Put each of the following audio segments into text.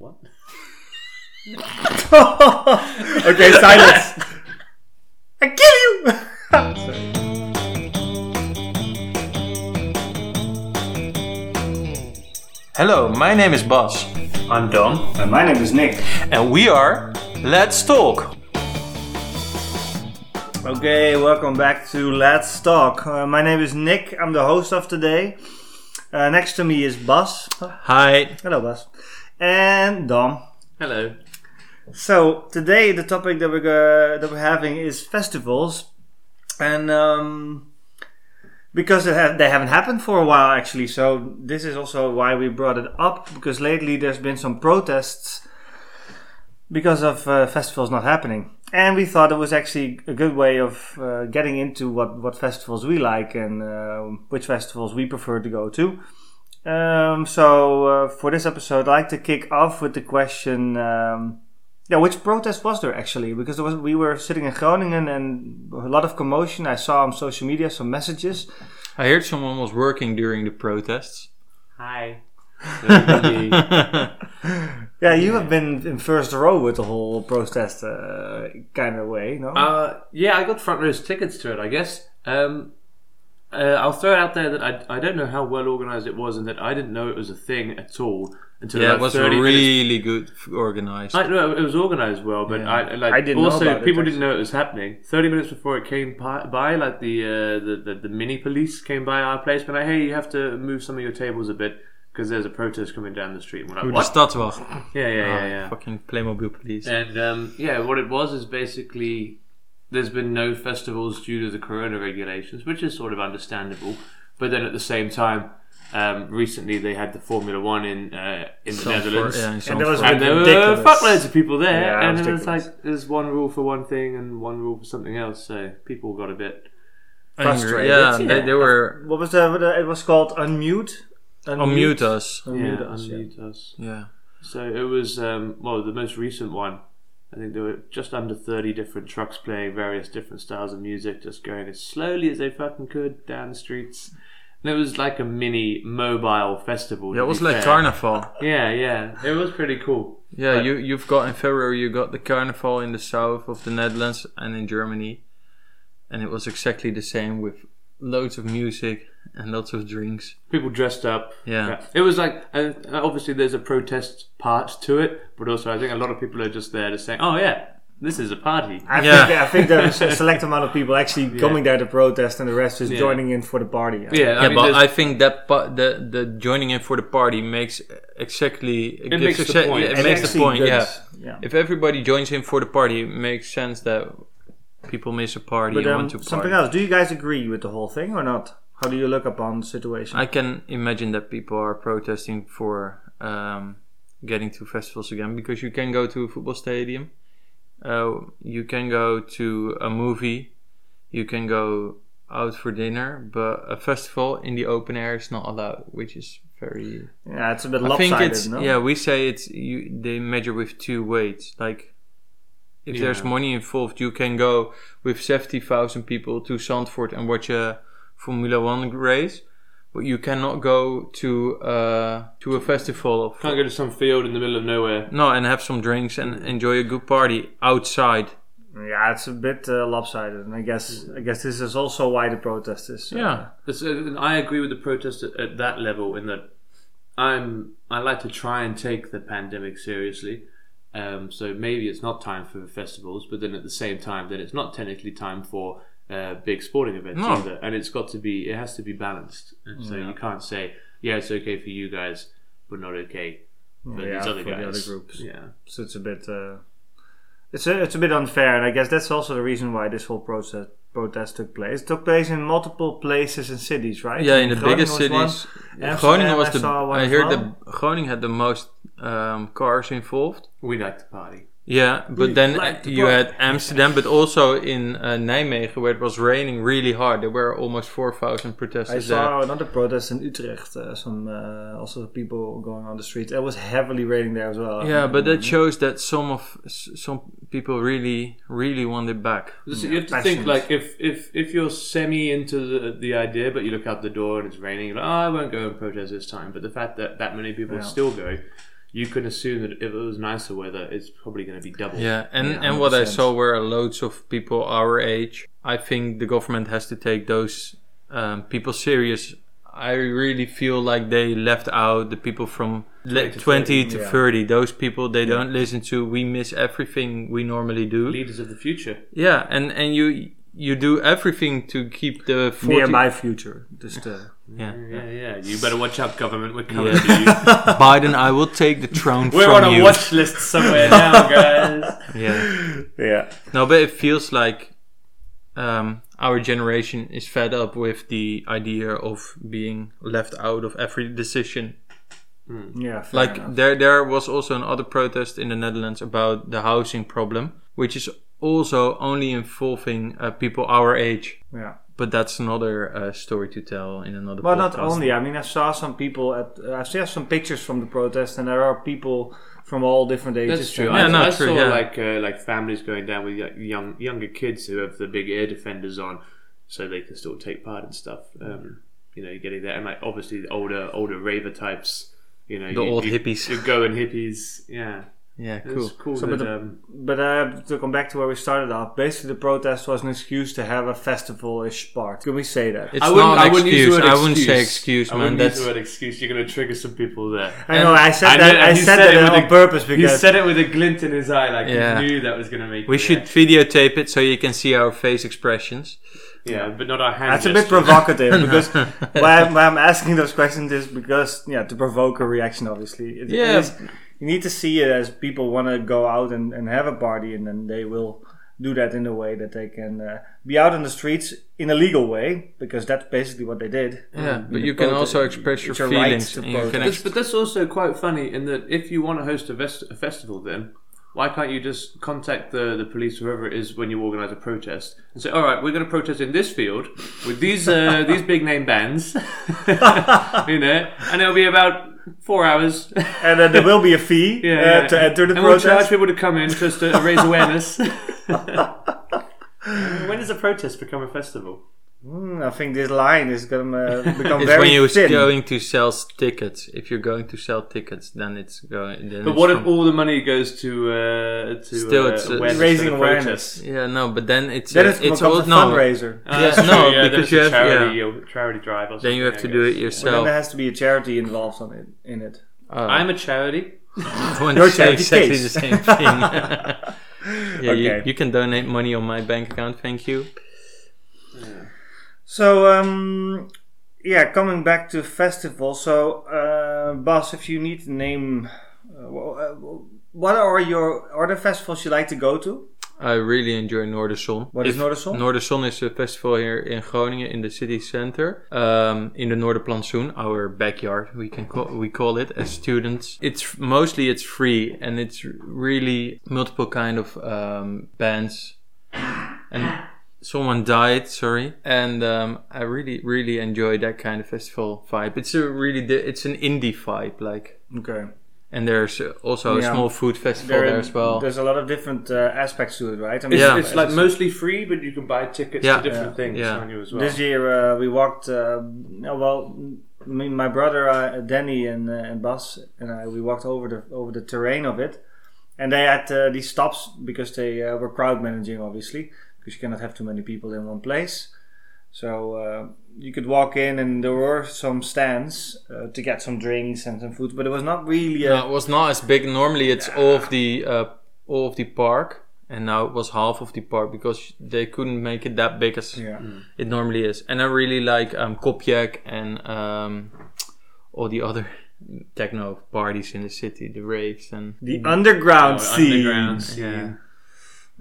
What? okay, silence. I kill you. Sorry. Hello, my name is Bas, I'm Dom. And Uh, my name is Nick. and we are Let's Talk. Okay, welcome back to Let's Talk. Uh, my name is Nick. I'm the host of today. Uh, next to me is Bas. Hi. Hello, Bas. And Dom. Hello. So today the topic that we're uh, that we're having is festivals, and um, because it ha- they haven't happened for a while actually. So this is also why we brought it up because lately there's been some protests because of uh, festivals not happening, and we thought it was actually a good way of uh, getting into what what festivals we like and uh, which festivals we prefer to go to. Um, so uh, for this episode, I'd like to kick off with the question. Um, yeah, which protest was there actually? Because there was we were sitting in Groningen and a lot of commotion. I saw on social media some messages. I heard someone was working during the protests. Hi. Hello, Yeah, you have been in first row with the whole protest uh, kind of way, no? uh, yeah, I got front row tickets to it, I guess. Um, uh, I'll throw it out there that I, I don't know how well organized it was and that I didn't know it was a thing at all until Yeah, about it was 30 minutes really good f- organized. I know it was organized well, but Yeah. I like I didn't know also about it, people didn't know it was happening. Thirty minutes before it came pi- by, like the, uh, the the the mini police came by our place, but like, hey, you have to move some of your tables a bit because there's a protest coming down the street. And we're like, Who Ah, what? the stad was. Yeah, yeah, yeah, yeah. Fucking Playmobil police. And um, yeah, what it was is basically there's been no festivals due to the corona regulations, which is sort of understandable. But then at the same time, um, recently they had the Formula One in uh, in the Zandvoort, Netherlands. yeah, in And there was Zandvoort. And there were Ridiculous. fuckloads of people there, Yeah, and it was ridiculous. like there's one rule for one thing and one rule for something else. So people got a bit. Angry. frustrated. Yeah, They, Yeah. they were What was the, the- It was called unmute. unmute us. Unmute yeah, us. yeah. unmute us. Yeah. So it was um, well the most recent one. I think there were just under thirty different trucks playing various different styles of music, just going as slowly as they fucking could down the streets. And it was like a mini mobile festival. Yeah, to it was be like fair. carnival. Yeah, yeah, it was pretty cool. Yeah, But- you you've got in February you got the carnival in the south of the Netherlands and in Germany, and it was exactly the same with loads of music and lots of drinks. People dressed up. Yeah, Yeah. It was like uh, obviously there's a protest part to it, but also I think a lot of people are just there to say, "Oh yeah, this is a party." I, Yeah. think, I think there was a select amount of people actually coming there to protest, and the rest is Yeah. joining in for the party. Yeah, yeah, I mean, but there's- I think that pa- the the joining in for the party makes exactly it, gives makes the exact- point. It And makes the actually point. good. Yeah, yeah. if everybody joins in for the party, it makes sense that people miss a party But and um, want to party. something else. Do you guys agree with the whole thing or not? How do you look upon the situation? I can imagine that people are protesting for um, getting to festivals again because you can go to a football stadium, uh, you can go to a movie, you can go out for dinner, but a festival in the open air is not allowed, which is very. yeah, it's a bit I lopsided. think it's no? yeah. We say it's you. They measure with two weights, like. If there's Yeah. money involved, you can go with 70,000 people to Zandvoort and watch a Formula One race, but you cannot go to uh, to a festival. Of, Can't go to some field in the middle of nowhere. no, and have some drinks and enjoy a good party outside. Yeah, it's a bit uh, lopsided, and I guess I guess this is also why the protest is. uh, Yeah, This- uh, I agree with the protest at, at that level in that I'm I like to try and take the pandemic seriously. Um, so maybe it's not time for festivals, but then at the same time, then it's not technically time for uh, big sporting events No. either. And it's got to be it has to be balanced. And so you can't say yeah it's okay for you guys, but not okay for yeah, these other for guys. the other groups. Yeah. So it's a bit, uh, it's a it's a bit unfair, and I guess that's also the reason why this whole protest protest took place. It took place in multiple places and cities, right? yeah. I In mean, the biggest Groningen was cities, one, Groningen Amsterdam, was I the. saw one I as heard well. that Groningen had the most um, cars involved. We like to party. Yeah, but We then like to you party. had Amsterdam, but also in uh, Nijmegen where it was raining really hard. There were almost 4,000 I protesters there. saw another protest in Utrecht. Uh, some uh, also people going on the streets. It was heavily raining there as well. Yeah, but that shows that some of s- some people really, really want it back. Listen, you have to passionate. think like if if if you're semi into the, the idea, but you look out the door and it's raining, you're like, oh, I won't go and protest this time. But the fact that that many people Yeah. still go you can assume that if it was nicer weather, it's probably going to be double. Yeah, and, Yeah, and what I 100%. saw were loads of people our age. I think the government has to take those um, people serious. I really feel like they left out the people from le- 20 to 30. yeah. Those people they don't listen to. We miss everything we normally do. Leaders of the future. Yeah, and, and you you do everything to keep the 40 nearby future. Just uh, Yeah. Yeah, yeah. You better watch out, government. We're coming Yeah. for you. Biden, I will take the throne We're from on a you. watch list somewhere now, guys. Yeah. yeah, No, but it feels like um, our generation is fed up with the idea of being left out of every decision. yeah. fair Like enough. there, there was also another protest in the Netherlands about the housing problem, which is also only involving uh, people our age. yeah. But that's another uh, story to tell in another. Well, not podcast. only. I mean, I saw some people at. I saw some pictures from the protest, and there are people from all different ages. That's true. and- I, no, I true, saw yeah. like uh, like families going down with y- young younger kids who have the big air defenders on, so they can still take part in stuff. Um, you know, getting there and like obviously the older older raver types. You know, The you, old you, hippies. You're going hippies. Yeah, Yeah, It was cool. cool. So, that, but the- um, But uh, to come back to where we started off, basically the protest was an excuse to have a festival-ish part. Can we say that? It's I wouldn't. not an I wouldn't excuse. use the word I wouldn't say excuse, I man. wouldn't use That's the word excuse. You're going to trigger some people there. I know. I said I know- that. and I he said, said it that with on a- purpose He because said it with a glint in his eye, like Yeah. he knew that was going to make. we it should there. videotape it so you can see our face expressions. Yeah, but not our hand. that's a bit gestures. provocative. Because why, I'm- why I'm asking those questions is because yeah, to provoke a reaction. Obviously, It- it Yeah. is- you need to see it as people want to go out and, and have a party, and then they will do that in a way that they can uh, be out on the streets in a legal way because that's basically what they did. Yeah, but In you the can protest. also express your It's a right feelings. to and you can protest. That's, ex- but that's also quite funny in that if you want to host a, vest- a festival, then why can't you just contact the, the police, whoever it is, when you organise a protest, and say, "All right, we're going to protest in this field with these uh, these big name bands," you know, and it'll be about four hours. And uh, there will be a fee Yeah, uh, yeah. to enter the and protest. We'll charge people to come in just to raise awareness. when does a protest become a festival? Hmm, I think this line is gonna uh, become It's very when you're thin. going to sell s- tickets. If you're going to sell tickets, then it's going. Then But it's what if from- all the money goes to uh, to Still, uh, it's, uh, awareness Raising for the awareness. protests? Yeah, no. But then it's Then uh, it it's becomes all a no. uh, fundraiser. Ah, Yeah, that's no, true, yeah, because there's you a have- charity, a charity drive. Or Then you have something, to I do it guess. But then yourself. there has to be a charity involved on it, in it. Oh, I'm a charity. I want your to say charity exactly case. the same thing. yeah, you, Okay. you can donate money on my bank account. Thank you. So, um, yeah, coming back to festival. So, uh, Bas, if you need to name, uh, wh- uh, what are your are the festivals you like to go to? I really enjoy Noorderzon. What is If- Noorderzon? Noorderzon is a festival here in Groningen in the city center, um, in the Noorderplantsoen, our backyard. We can call, we call it as students. It's mostly it's free and it's really multiple kind of um, bands. And someone died, sorry, and um, I really really enjoy that kind of festival vibe. It's a really di- it's an indie vibe like. Okay, And there's also a Yeah. small food festival there, as well. There's a lot of different uh, aspects to it, right? I mean, Yeah. It's like mostly free, but you can buy tickets Yeah. to different things Yeah. on you as well. This year uh, we walked. Uh, oh, well, me, my brother uh, Danny and uh, and Bas and I we walked over the over the terrain of it, and they had uh, these stops because they uh, were crowd managing, obviously, because you cannot have too many people in one place. So uh, you could walk in, and there were some stands uh, to get some drinks and some food, but it was not really. A, No, it was not as big. Normally, it's all of the uh, all of the park, and now it was half of the park because they couldn't make it that big as Yeah. Mm. it normally is. And I really like um, Kopjek and um, all the other techno parties in the city, the raves and The underground Oh, scene. underground scene.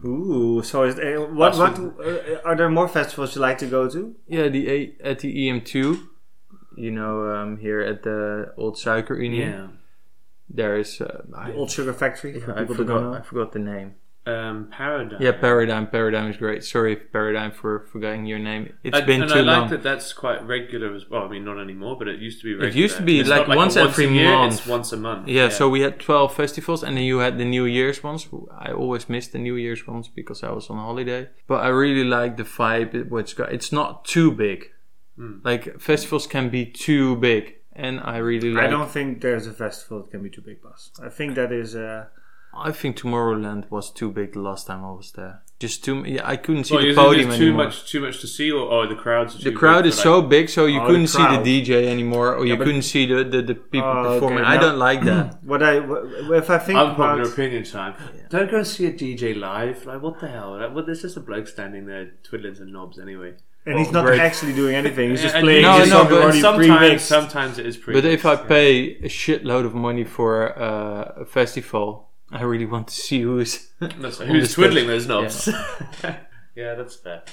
Ooh, so is, uh, what? That's What uh, are there more festivals you like to go to? yeah, the A- at the EM2. You know, um, here at the Old Suiker Union, Yeah. there is. Uh, I, The Old Sugar Factory. for I people that don't know. forgot. I forgot the name. Um, Paradigm. Yeah, Paradigm. Paradigm is great. Sorry, Paradigm, for forgetting your name. It's I, been and too I like long. that that's quite regular as well. I mean, not anymore, but it used to be regular. used to be It's like not a once every a year, month. It's once a month. Yeah, so we had 12 festivals and then you had the New Year's ones. I always missed the New Year's ones because I was on holiday. But I really like the vibe it- what's got. It's not too big. Like festivals can be too big and I really like. I don't think there's a festival that can be too big, boss. I think that is. Uh, I think Tomorrowland was too big the last time I was there. Just too. m- Yeah, I couldn't see Well, the you think podium there's too anymore. much too much to see, or oh, the crowds. Are the too crowd big is for so that. big, so you Oh, the couldn't see the crowd. DJ anymore, or you but- couldn't see the the, the people Oh, okay, performing. I now- don't like that. what I wh- if I think Unpopular about opinion time. Don't go see a DJ live. Like what the hell? Like, well, there's just a bloke standing there twiddling some knobs anyway. and he's not Great. actually doing anything. He's just And- playing. No, his no, song but already sometimes pre-mixed. sometimes it is pre. But if I pay a shitload of money for uh, a festival, I really want to see who's. That's On the Who's stage. twiddling those knobs? Yeah. that's fair.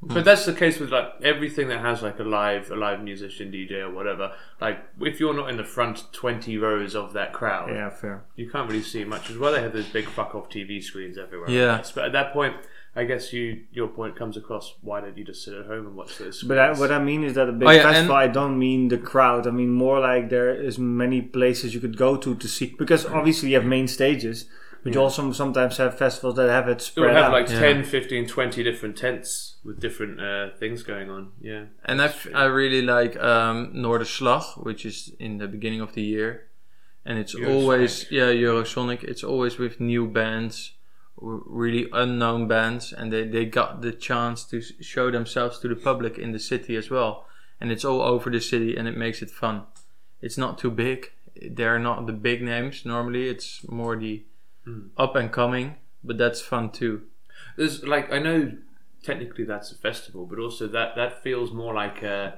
Hmm. But that's the case with like everything that has like a live, a live musician, DJ, or whatever. Like if you're not in the front twenty rows of that crowd, Yeah, fair. you can't really see much. As well, they have those big fuck off TV screens everywhere. I Yeah. guess. But at that point, I guess you your point comes across. Why don't you just sit at home and watch those? But I, what I mean is that a big Oh, yeah, and- festival. I don't mean the crowd. I mean more like there is many places you could go to to see because obviously you have main stages, but you also sometimes have festivals that have it you spread out. have like Yeah. 10, 15, 20 different tents with different uh, things going on. Yeah. And I, f- I really like um, Noorderslag, which is in the beginning of the year. And it's Eurosonic. always, yeah, Eurosonic. It's always with new bands, r- really unknown bands. And they, they got the chance to s- show themselves to the public in the city as well. And it's all over the city and it makes it fun. It's not too big. They're not the big names normally. It's more the Hmm. up and coming, but that's fun too. there's like I know technically that's a festival, but also that that feels more like a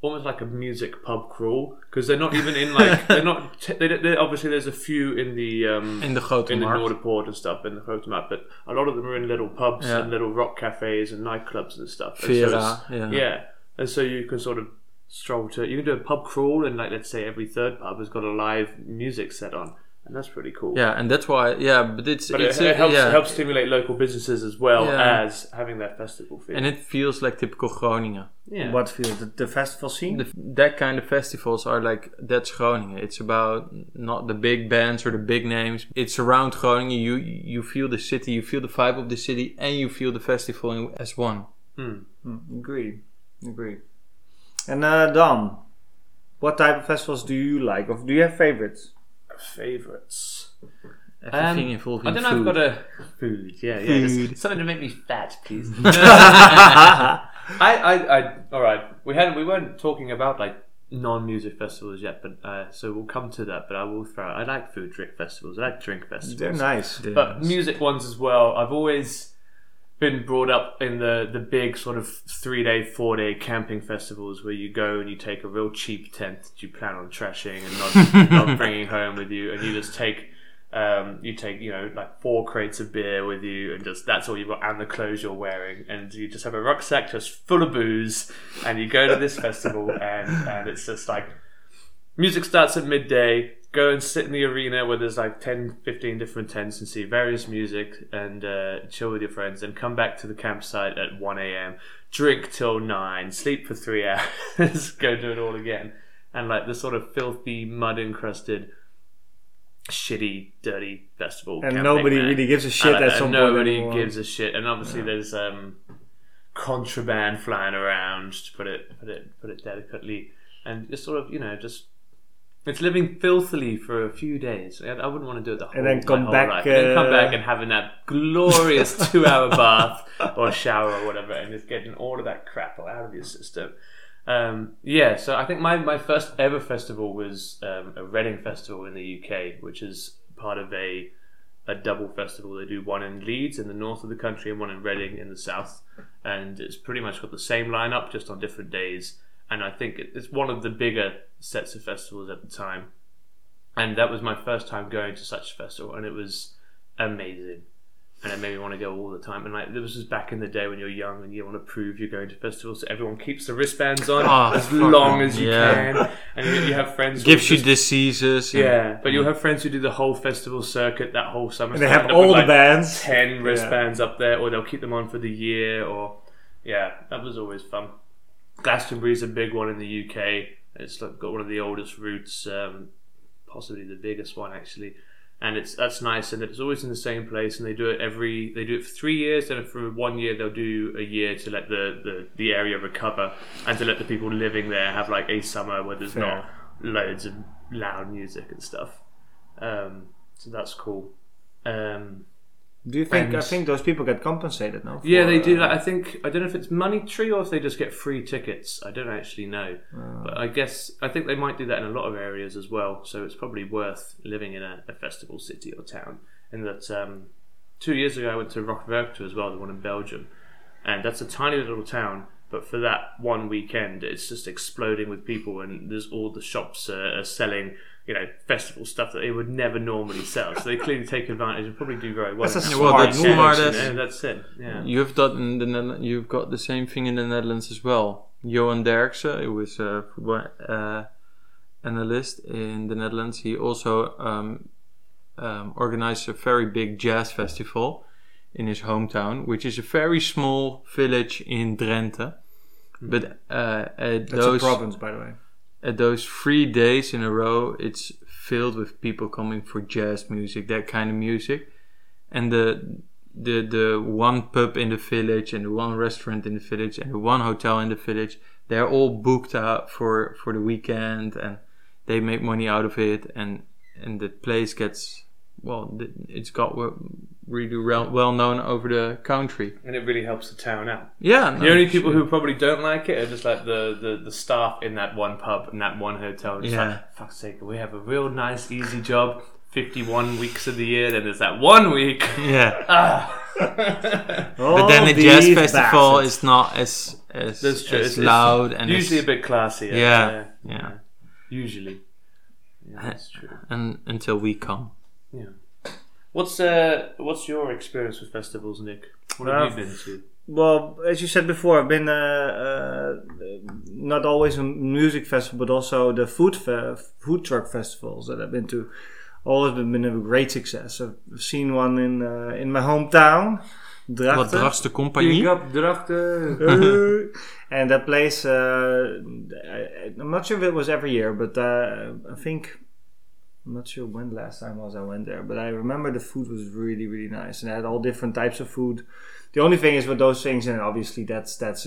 almost like a music pub crawl because they're not even in like they're not te- they, don't- they, obviously there's a few in the um, In the in the Grote Noorderpoort and stuff in the Grotemarkt, but a lot of them are in little pubs Yeah. and little rock cafes and nightclubs and stuff. And Vera, so it's- yeah. yeah, and so you can sort of stroll to you can do a pub crawl and like let's say every third pub has got a live music set on, and that's pretty cool. Yeah, and that's why, yeah, but it's, But it's it, it helps, yeah. helps stimulate local businesses as well Yeah. as having that festival feel. And it feels like typical Groningen. yeah. what field? The, the festival scene. The, that kind of festivals are like, that's Groningen. It's about not the big bands or the big names. It's around Groningen. You, you feel the city, you feel the vibe of the city, and you feel the festival in, as one. Agree. Agree. And uh, Dom, what type of festivals do you like? Or do you have favorites? favorites. Everything Um, involving I don't know. food. I've got a food. Yeah, yeah. just Food. Something to make me fat, please. I, I, I, all right. We had we weren't talking about like non-music festivals yet, but uh, so we'll come to that. But I will throw. I like food drink festivals. I like drink festivals. They're nice. but music ones as well. I've always been brought up in the the big sort of three day, four day camping festivals where you go and you take a real cheap tent that you plan on trashing and not, not bringing home with you, and you just take. Um, you take you know like four crates of beer with you, and just that's all you've got, and the clothes you're wearing, and you just have a rucksack just full of booze, and you go to this festival, and and it's just like music starts at midday go and sit in the arena where there's like 10 15 different tents and see various music and uh, chill with your friends and come back to the campsite at 1 a.m drink till 9 sleep for three hours go do it all again and like the sort of filthy mud encrusted shitty dirty festival And camping nobody there. really gives a shit And, at and some point Uh, nobody anymore. gives a shit and obviously there's um contraband flying around to put it put it put it delicately and just sort of you know just it's living filthily for a few days. I I wouldn't want to do it the whole And then my come whole back, life. And then come uh, back and having that glorious two-hour bath or shower or whatever, and just getting all of that crap out of your system. Um, yeah, so I think my, my first ever festival was um, a Reading festival in the UK, which is part of a a double festival. They do one in Leeds in the north of the country and one in Reading in the south, and it's pretty much got the same lineup just on different days. And I think it- it's one of the bigger sets of festivals at the time, and that was my first time going to such a festival, and it was amazing. And it made me want to go all the time. And like this was back in the day when you're young and you want to prove you're going to festivals, so everyone keeps the wristbands on Ah, as fuck long it. as you Yeah. can, and you, you have friends. who Gives you Mm. just- diseases. and- yeah, but you'll have friends who do the whole festival circuit that whole summer. And so they they have end up with, all the like, bands. ten wristbands up there, or they'll keep them on for the year, or yeah, that was always fun. Glastonbury's a big one in the UK. It's like got one of the oldest routes, um, possibly the biggest one actually, and it's that's nice. And it's always in the same place, and they do it every they do it for three years. Then for one year they'll do a year to let the, the, the area recover and to let the people living there have like a summer where there's Fair. not loads of loud music and stuff. Um, so that's cool. Um, Do you think? And- I think those people get compensated now. yeah, for, they do. uh, Like, I think I don't know if it's Money Tree or if they just get free tickets. I don't actually know, but I guess I think they might do that in a lot of areas as well. So it's probably worth living in a, a festival city or town. And that um, two years ago I went to Rockwerkte as well, the one in Belgium, and that's a tiny little town. But for that one weekend, it's just exploding with people, and there's all the shops uh, are selling. You know, festival stuff that they would never normally sell. So they clearly take advantage and probably do very well. That's a Yeah, well, smart that's move. smart, Yeah, that's it. Yeah. You've done in the Nether- you've got the same thing in the Netherlands as well. Johan Derksen, who is a football uh, analyst in the Netherlands, he also um, um, organized a very big jazz festival in his hometown, which is a very small village in Drenthe. But uh, Hmm. at That's those a province, by the way. at those three days in a row, it's filled with people coming for jazz music, that kind of music, and the the the one pub in the village and the one restaurant in the village and the one hotel in the village, they're all booked out for for the weekend, and they make money out of it, and and the place gets well, th- it's got well- really well well known over the country. And it really helps the town out. Yeah, The only people who probably don't like it are just like the, the, the staff in that one pub and that one hotel. Just Yeah. like, fuck's sake, we have a real nice, easy job. 51 weeks of the year, then there's that one week. yeah. Ah. But then the jazz these festival bastards. is not as as, That's true. as It's- it's loud and Usually a as, bit classier. yeah, yeah Usually. Yeah, that's true. and until we come. What's, uh, what's your experience with festivals, Nick? What have Uh, you been to? Well, as you said before, I've been uh, uh, not always a music festival, but also the food fe- food truck festivals that I've been to. All have been a great success. I've seen one in uh, in my hometown, Wat Drachten. drast de compagnie? up Drachten. Uh, and that place, uh, I, I'm not sure if it was every year, but uh, I think I'm not sure when last time was I went there, but I remember the food was really really nice, and they had all different types of food. The only thing is with those things, and obviously that's that's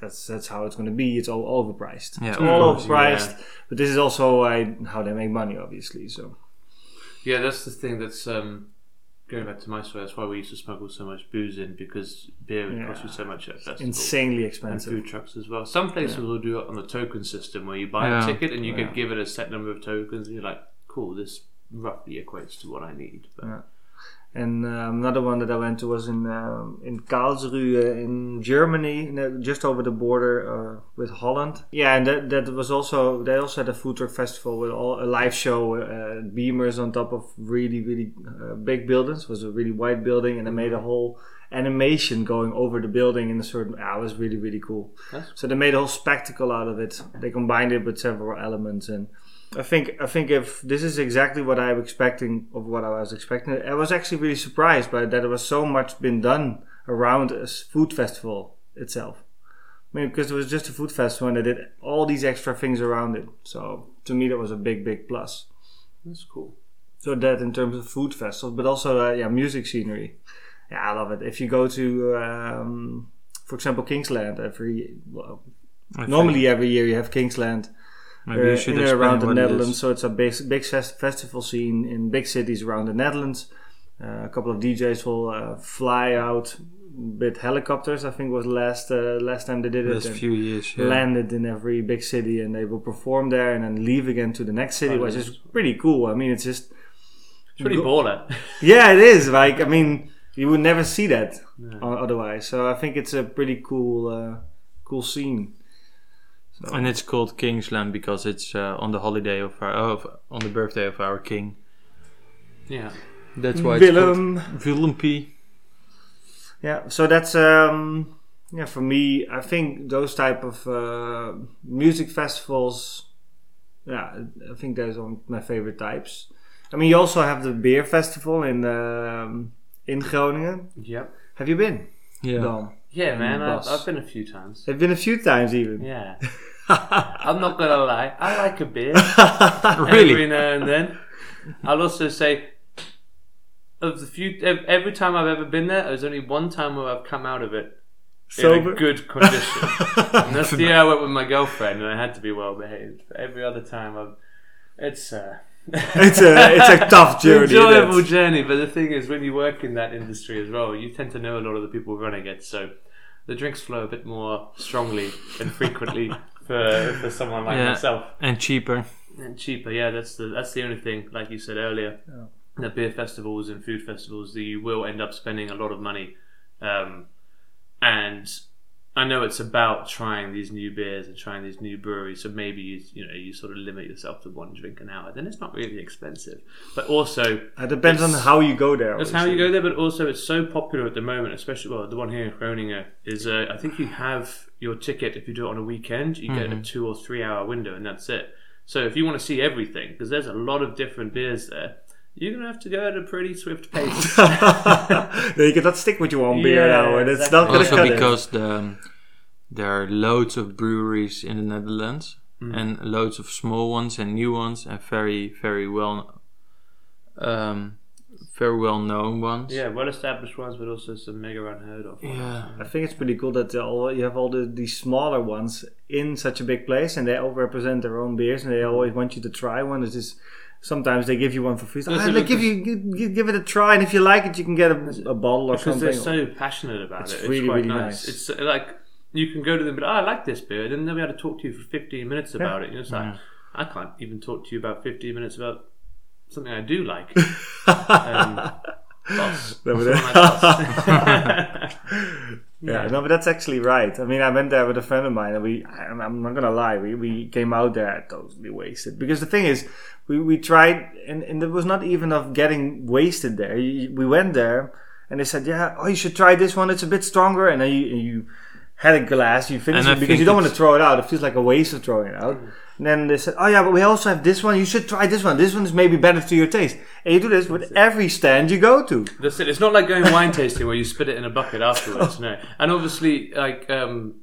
that's that's how it's going to be. It's all overpriced. Yeah, it's of all course, overpriced. But this is also uh, how they make money, obviously. So Yeah, that's the thing. That's um, going back to my story. That's why we used to smuggle so much booze in because beer would cost you so much at festivals. insanely And expensive. food trucks as well. Some places will do it on the token system where you buy Yeah. a ticket and you get given a set number of tokens, and you're like, "Cool, this roughly equates to what I need." But And um, another one that I went to was in um, in Karlsruhe in Germany, no, just over the border uh, with Holland. Yeah, and that, that was also they also had a food truck festival with all, a live show, uh, beamers on top of really really uh, big buildings. It was a really wide building, and they made a whole animation going over the building in a certain. Ah, it was really really cool. That's- So they made a whole spectacle out of it. They combined it with several elements and. I think I think if this is exactly what I'm expecting of what I was expecting, I was actually really surprised by that. There was so much been done around a s- food festival itself. I mean, because it was just a food festival and they did all these extra things around it. So to me, that was a big, big plus. that's cool. So that in terms of food festivals, but also uh, yeah, music scenery. Yeah, I love it. If you go to, um, for example, Kingsland every well, I think. normally every year you have Kingsland maybe uh, you should in and explain around the what it is. Netherlands. So it's a big, big fes- festival scene in big cities around the Netherlands. Uh, a couple of DJs will uh, fly out with helicopters. I think was last uh, last time they did it. Last and few years, yeah. Landed in every big city, and they will perform there, and then leave again to the next city, which is pretty cool. I mean, it's just It's pretty baller. yeah, it is. Like I mean, you would never see that o- otherwise. So I think it's a pretty cool, uh, cool scene. and it's called Kingsland because it's uh, on the holiday of our of, on the birthday of our king. yeah, That's why it's called Willem. Willempie. yeah so that's um yeah for me i think those type of uh, music festivals yeah i think those are my favorite types i mean you also have the beer festival in um, in groningen yep, have you been Yeah. Dom? yeah, man. I've, Bas. I've been a few times. i've been a few times even Yeah, I'm not gonna lie. I like a beer. every really? now and then. I'll also say, of the few, ev- every time I've ever been there, there's only one time where I've come out of it in Sober? a good condition. and that's the year I went with my girlfriend, and I had to be well behaved. But every other time I've It's uh, It's a it's a tough journey. enjoyable that's- journey. But the thing is, when you work in that industry as well, you tend to know a lot of the people running it, so the drinks flow a bit more strongly and frequently for, for someone like Yeah. myself. and cheaper. And cheaper, yeah. That's the that's the only thing. Like you said earlier, the beer festivals and food festivals, that you will end up spending a lot of money. Um, and I know it's about trying these new beers and trying these new breweries. So maybe you you know you sort of limit yourself to one drink an hour. Then it's not really expensive. But also It Uh, depends on how you go there. that's how you go there. But also it's so popular at the moment, especially well the one here in Groningen is uh, I think you have your ticket if you do it on a weekend, you get a two or three hour window, and that's it. So if you want to see everything, because there's a lot of different beers there, you're gonna have to go at a pretty swift pace. then you cannot stick with your one beer Yeah, now, and it's exactly. not going to also cut it. because the, um, there are loads of breweries in the Netherlands Hmm. and loads of small ones and new ones and very very well um, very well known ones yeah, well established ones, but also some mega unheard of. ones. yeah I think it's pretty cool that uh, all, you have all the these smaller ones in such a big place, and they all represent their own beers, and they always want you to try one. It's just sometimes they give you one for free. That's Ah, a they bit- give you give, give it a try, and if you like it, you can get a, a bottle or something. because they're so passionate about It's it. really, it's quite really nice. nice. It's uh, like you can go to them, but "Oh, I like this beer. Then they'll be able to talk to you for 15 minutes about it. And it's like, I can't even talk to you about 15 minutes about something I do like. um, boss. No, but- Something like boss. Yeah, no, but that's actually right. I mean, I went there with a friend of mine, and we, I'm, I'm not gonna lie, we, we came out there totally wasted. Because the thing is, we, we tried, and, and there was not even of getting wasted there. You- We went there, and they said, yeah, oh, you should try this one, it's a bit stronger. And then you, and you had a glass, you finished And I it because think you don't want to it's- throw it out. It feels like a waste of throwing it out. And then they said, oh, yeah, but we also have this one, you should try this one. This one is maybe better to your taste. And you do this with every stand you go to. That's it. It's not like going wine tasting where you spit it in a bucket afterwards. No, and obviously, like um,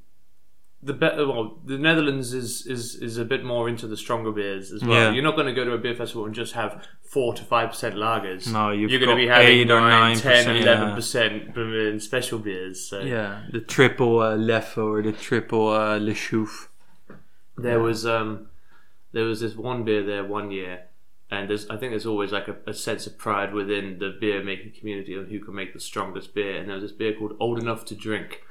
the better. Well, the Netherlands is is is a bit more into the stronger beers as well. Yeah. You're not going to go to a beer festival and just have four to five percent lagers. No, you've you're going got to be having eight or nine, 10, 9%, yeah. 11 percent Berlin special beers. So yeah the triple uh, Leffe or the triple uh, Le Chouf there was um, there was this one beer there one year. And there's, I think there's always like a, a sense of pride within the beer making community on who can make the strongest beer. And there was this beer called Old Enough to Drink,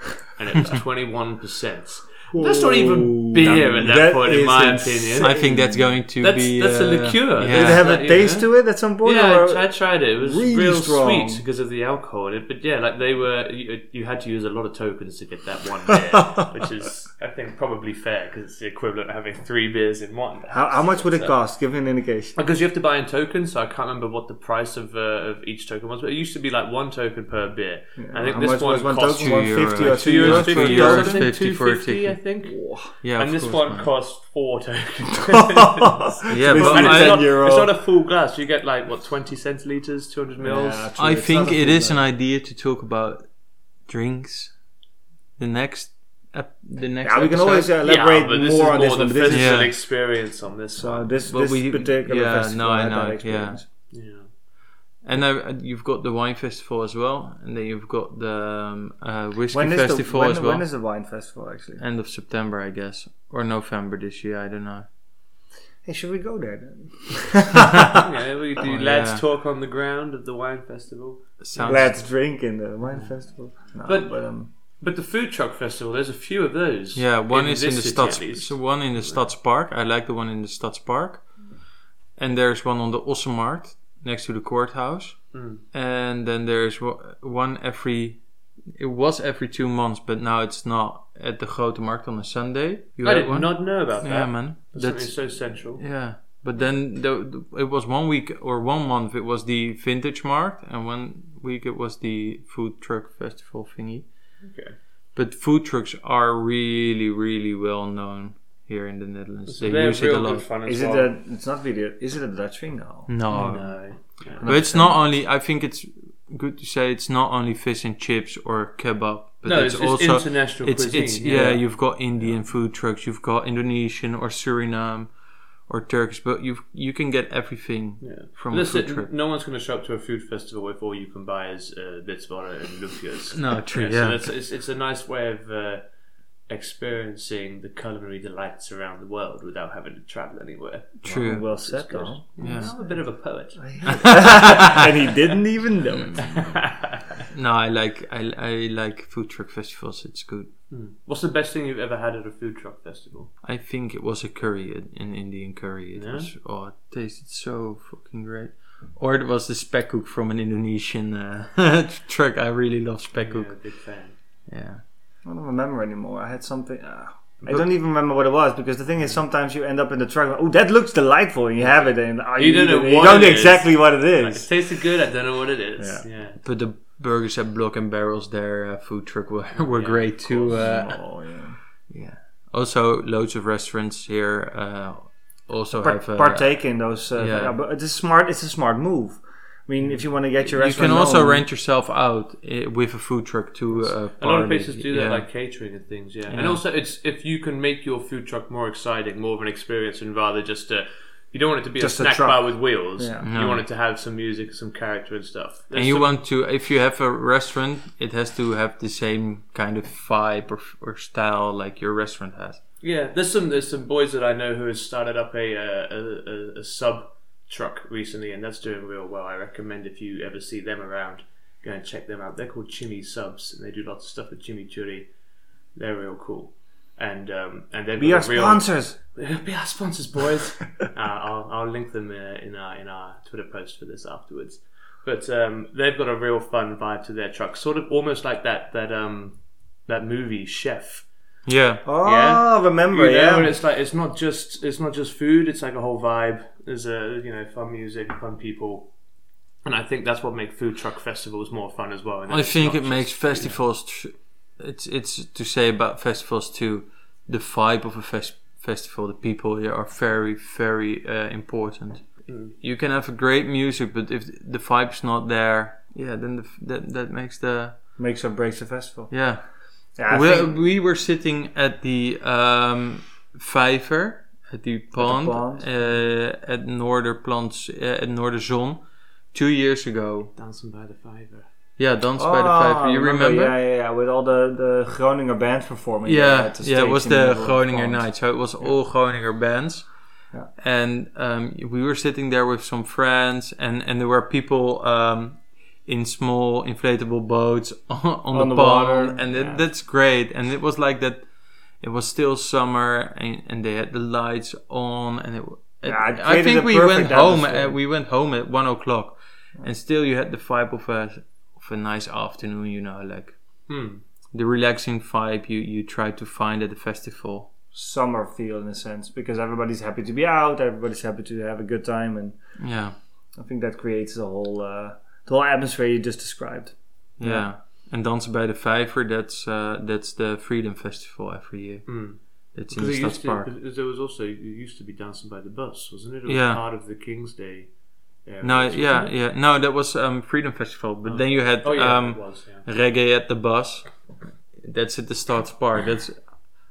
and it was 21%. That's not even beer at that, That point, in is my insane. opinion. I think that's going to That's- be uh, that's a liqueur. yeah. Did it have Is a that taste you, to it at some point? yeah, or- I, I tried it. It was Really real strong. sweet because of the alcohol in it. But yeah, like they were, you, you had to use a lot of tokens to get that one beer, which is, I think, probably fair because it's the equivalent of having three beers in one. How, how much would it So- cost? Give me an indication. Because you have to buy in tokens, so I can't remember what the price of uh, of each token was, but it used to be like one token per beer. I think How this much one was one cost token? you 150 or €2 €2 two for a euros fifty token? or something, two 50 for a fifty, I ticket. think. yeah And of this course, one man. costs four tokens. Yeah, but And I- €10 it's, not, it's not a full glass. You get like what twenty centiliters, two hundred mils. I think it is an idea to talk about drinks the next ep- the next Yeah, we can episode. always uh, Yeah, elaborate more but this is on more this the one. but This is physical Yeah. experience on this so one. this, But this we- particular yeah, festival. no, I had that know, yeah. experience. Yeah. And now uh, you've got the wine festival as well, and then you've got the um, uh, whiskey When is festival the when, as well. when is the wine festival actually? End of September, I guess, or November this year. I don't know. Hey, should we go there? Then? yeah, we do Oh, lads yeah. talk on the ground at the wine festival. Sounds Let's drink in the wine festival. No, But- um, But the food truck festival, there's a few of those. Yeah, one is in this the city at Stads. least. So one in the Stadspark. I like the one in the Stadspark. And there's one on the Ossenmarkt next to the courthouse. Mm. And then there's wo- one every. It was every two months, but now it's not at the Grote Markt on a Sunday. You I had did one? not know about Yeah, that. man. That's, That's something so central. yeah. But then the, the- it was one week or one month. It was the Vintage Markt, and one week it was the food truck festival thingy. Okay. But food trucks are really, really well known here in the Netherlands. So They they're use it a Oh. real good lot. fun as is it well. a? It's not really. A, is it a Dutch thing? No. No. No. but it's not only. I think it's good to say it's not only fish and chips or kebab, but No, it's, it's, it's also international it's cuisine. it's yeah, You've got Indian food trucks, you've got Indonesian or Suriname or Turkish, but you you can get everything Yeah. from a Listen, food truck. no one's going to show up to a food festival if all you can buy is uh, bitsbara and lumpias. No, true. Yeah, Yeah, So that's, it's, it's a nice way of uh, experiencing the culinary delights around the world without having to travel anywhere. True. Well It's said, good. Carl. I'm a bit of a poet. and he didn't even know it. no, I like I, I like food truck festivals. It's good. Hmm. What's the best thing you've ever had at a food truck festival? I think it was a curry, an an Indian curry. It Yeah? was oh, it tasted so fucking great. Or it was the speckhoek from an Indonesian uh, truck. I really love Yeah, speckhoek. big fan. Yeah. I don't remember anymore. I had something. ah. I don't even remember what it was because the thing is, sometimes you end up in the truck. Oh, that looks delightful, and you have it, and ah, You don't eat it, know and you what don't know it is. exactly what it Like, it is. tasted good. I don't know what it is. Yeah. But the burgers at Block and Barrels, their uh, food truck were, were Yeah, great of too. Uh, Oh, yeah. yeah. Also, loads of restaurants here uh, also Par- have. Uh, partake in those. Uh, yeah. yeah, but it's a smart. It's a smart move. I mean, if you want to get your you can restaurant also known- rent yourself out uh, with a food truck to uh, A lot of party. places do that, Yeah. like catering and things. Yeah. Yeah. and also it's if you can make your food truck more exciting, more of an experience, and rather just a you don't want it to be Just a a snack truck. bar with wheels. Yeah. You No. want it to have some music, some character, and stuff. and There's you some- want to if you have a restaurant it has to have the same kind of vibe or, or style like your restaurant has Yeah, there's some there's some boys that I know who has started up a uh, a, a, a sub truck recently, and that's doing real well. I recommend if you ever see them around, go and check them out. They're called Chimmy Subs, and they do lots of stuff with chimichurri. They're real cool, and um, and they're Be our sponsors. Be our sponsors, boys. uh, I'll, I'll link them uh, in our in our Twitter post for this afterwards. But um, they've got a real fun vibe to their truck, sort of almost like that that um that movie Chef. yeah Oh, Yeah. remember? You know, yeah. and it's like it's not just it's not just food. It's like a whole vibe. There's a you know fun music, fun people, and I think that's what makes food truck festivals more fun as well. And i it's think not it makes just- festivals tr- it's it's to say about festivals too the vibe of a fes- festival the people here are very very uh, important you can have great music but if the vibe's not there yeah then the, f- that, that makes the Makes or breaks the festival. yeah Yeah, I we, think- we were sitting at the um, vijver, at the pond, pond. Uh, at Noorderplans, uh, at Noorderzon, two years ago. dancing by the fiver. Yeah, Dance by the Oh, Vijver. You remember? Yeah, yeah, yeah. With all the, the Groninger band performing. there yeah, at the yeah, it stage was in the middle of Groninger Holland. night, so it was all Groninger bands. Yeah. And um, we were sitting there with some friends, and, and there were people um, in small inflatable boats on, on, On the, the pond, water, and that- yeah. that's great. And it was like that. It was still summer, and, and they had the lights on, and it. it Yeah, it I created think a we went perfect home. atmosphere. At, we went home at one o'clock, and still you had the vibe of a of a nice afternoon. You know, like Hmm. the relaxing vibe you, you try to find at the festival. Summer feel in a sense because everybody's happy to be out, everybody's happy to have a good time, and Yeah, I think that creates the whole uh, the whole atmosphere you just described. yeah. And Dansen bij de Vijver, that's uh, that's the Freedom Festival every year. Mm. It's in Because the it used to, Stadspark. because there was also it used to be dancing by the bus, wasn't it? It was Yeah. part of the King's Day. Era, No, wasn't yeah, it? yeah. No, that was um, Freedom Festival. But then you had Oh yeah, it um, was. Yeah. reggae at the bus. That's at the Stadspark. That's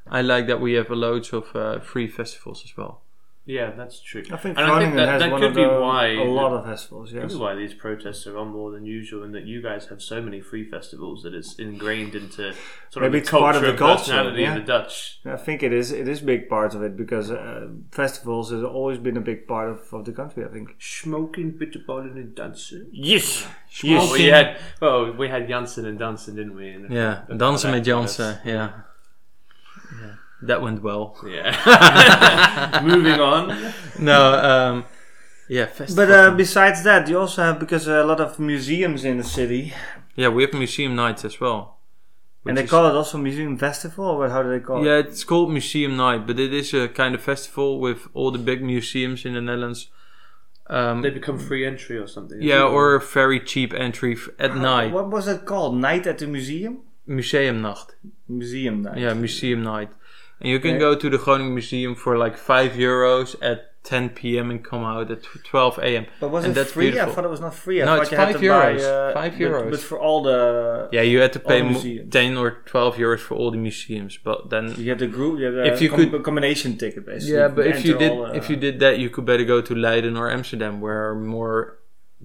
I like that we have a loads of uh, free festivals as well. yeah, that's true. I think and I think Groningen that, has that one could of be the, why a lot of festivals. This Yes. is why these protests are on more than usual, and that you guys have so many free festivals that it's ingrained into sort of Maybe the it's culture, part of the and culture, personality yeah. of the Dutch. I think it is. It is big part of it because uh, festivals has always been a big part of, of the country. I think. Smoking, bitterballen, and dancing. Yes. Yes, we had well, we had Janssen and Dansen, didn't we? And- Yeah, and Dansen that- met Jansen. Yeah. yeah, that went well. Yeah. Moving on. No, um, yeah, festival. But uh, besides that, you also have because a lot of museums in the city, Yeah, we have museum nights as well. and they is- call it also museum festival. Or how do they call it? Yeah, it's called Museum Night, but it is a kind of festival with all the big museums in the Netherlands. Um, They become free entry or something. yeah, or a very cheap entry f- at night. Ah, What was it called? Night at the museum. Museumnacht. Museum night. Yeah, Museum Night. And you can Yeah. go to the Groningen Museum for like 5 euros at 10 p.m. and come out at tw- 12 a.m. But was and it that's free? beautiful. I thought it was not free. I No, thought it's you had five to buy, euros. uh, Five but- euros. But, for all the yeah, you had to pay All mo- museums. 10 or 12 euros for all the museums, but then you had the group. You had a If you com- could- combination ticket basically. Yeah, but could if you enter did all, uh, if you did that, you could better go to Leiden or Amsterdam, where are more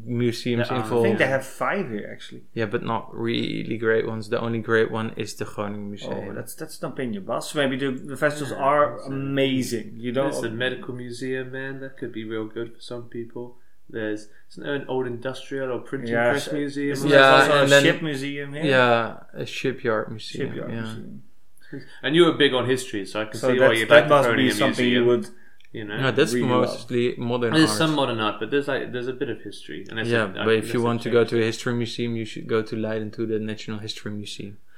museums There are. I involved. think they have five here actually. Yeah, but not really great ones. The only great one is the Groningen Museum. Oh, that's that's not being your boss. Maybe the, the festivals are amazing. You don't. There's the medical museum, man. That could be real good for some people. There's it's an old industrial or printing Yeah, press so- museum. Isn't Yeah, there also a and then- ship museum here? yeah, a shipyard museum. Shipyard yeah. museum. And you were big on history, so I can So see why that's, you like that must the be Groningen something museum. you would. you know. No, that's Really well. mostly modern there's art. some modern art, but there's like there's a bit of history. And that's yeah, it. I but think if you that's want it. to go to a history museum, you should go to Leiden to the National History Museum.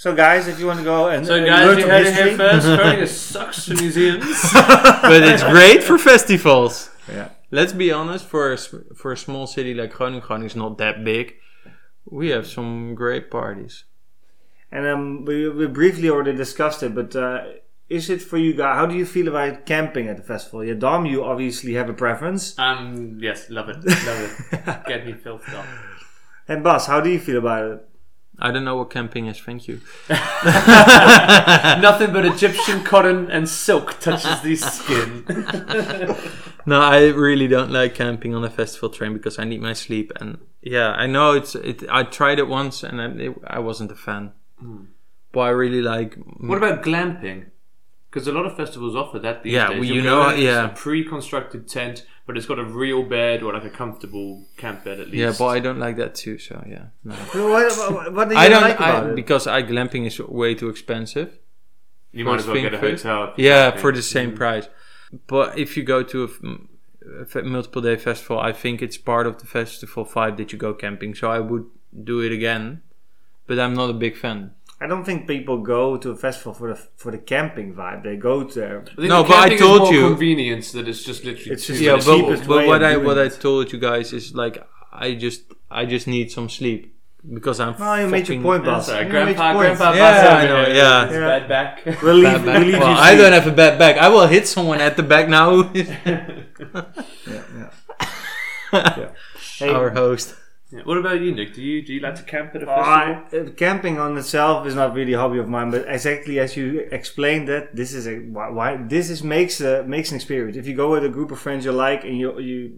So guys, if you want to go and so and guys, learn you some heard it history, here first. Groningen sucks for museums. but it's great for festivals. Yeah. Let's be honest. For a, s- for a small city like Groningen, Groningen is not that big. We have some great parties. And um, we, we briefly already discussed it, but uh, is it for you guys? How do you feel about camping at the festival? Yeah, Dom, you obviously have a preference. um, yes, love it, love it. Get me filthed up. And Bas, how do you feel about it? I don't know what camping is. Thank you. Nothing but Egyptian cotton and silk touches the skin. No, I really don't like camping on a festival train because I need my sleep. And yeah, I know it's it. I tried it once and I, it, I wasn't a fan. Hmm. But I really like. What about glamping? Because a lot of festivals offer that these Yeah, days. well, You'll you go know- in, it's yeah. a pre-constructed tent, but it's got a real bed or like a comfortable camp bed at least. Yeah, but I don't like that too. So yeah, no. What, what, what do you I don't like about I, it? because I glamping is way too expensive. you might as well get a Springfield? hotel. if you Yeah, glamping. for the same price. But if you go to a f- a f- multiple day festival, I think it's part of the festival vibe that you go camping. So I would do it again, but I'm not a big fan. I don't think people go to a festival for the for the camping vibe. They go there. I think No, the but I camping is told more you- convenience that it's just literally. It's two just- minutes. Yeah, the but, cheapest way but what of I doing what I it. told you guys is like I just I just need some sleep because I'm. No, you made your fucking- point, Bas. Sorry, You made grandpa, your point. grandpa, Yeah, Bas I know, over here yeah. with his Yeah. bad back. We'll leave, Bad back. we'll leave Well, you I sleep. don't have a bad back. I will hit someone at the back now. Yeah, Our Hey, host. Yeah, What about you, Nick? Do you do you like to camp at a festival? I- uh, camping on itself is not really a hobby of mine, but exactly as you explained that, this is a why, why this is makes a, makes an experience. If you go with a group of friends you like and you you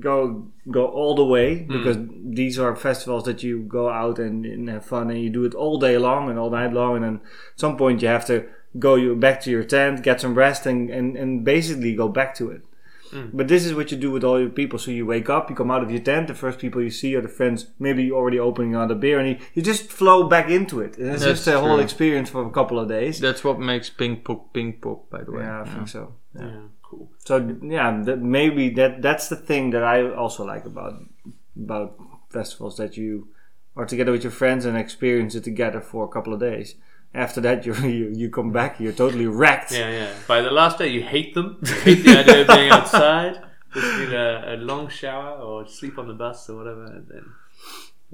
go go all the way Hmm. because these are festivals that you go out and, and have fun and you do it all day long and all night long and then at some point you have to go you back to your tent, get some rest and and, and basically go back to it. Hmm. But this is what you do with all your people. So you wake up, you come out of your tent, the first people you see are the friends, maybe you already opening another beer, and you, you just flow back into it. And it's That's just a whole true. experience for a couple of days. That's what makes ping pong ping pong. By the way, yeah, I think so. yeah, cool. So yeah, that maybe that that's the thing that I also like about about festivals that you are together with your friends and experience it together for a couple of days. After that, you you, you come back, you're totally wrecked. Yeah, yeah. By the last day, you hate them. You hate the idea of being outside. Just need a, a long shower or sleep on the bus or whatever, and then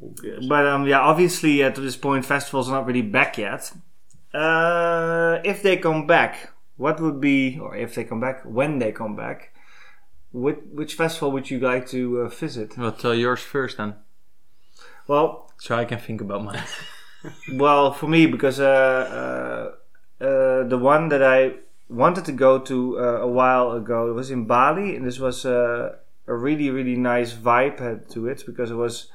all good. But um, yeah, obviously at this point, festivals are not really back yet. Uh, if they come back, what would be, or if they come back, when they come back, which, which festival would you like to uh, visit? Well, tell yours first then, Well, so I can think about mine. well, for me because uh, uh, uh, the one that I wanted to go to uh, a while ago it was in Bali, and this was uh, a really really nice vibe had to it because it was.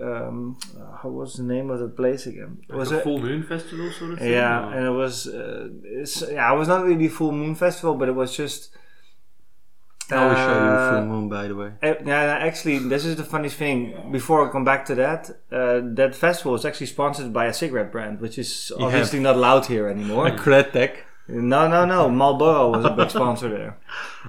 Um, how was the name of the place again? It was Like a a- full moon festival sort of thing? Oh, Yeah, or- and it was uh, it's, yeah, it was not really full moon festival, but it was just. I will show you uh, a full moon, by the way. eh, Yeah, yeah, actually, this is the funny thing. Before I come back to that, uh, that festival is actually sponsored by a cigarette brand, which is obviously not allowed here anymore. Uh, Kretek. no, no, no. Marlboro was a big sponsor there.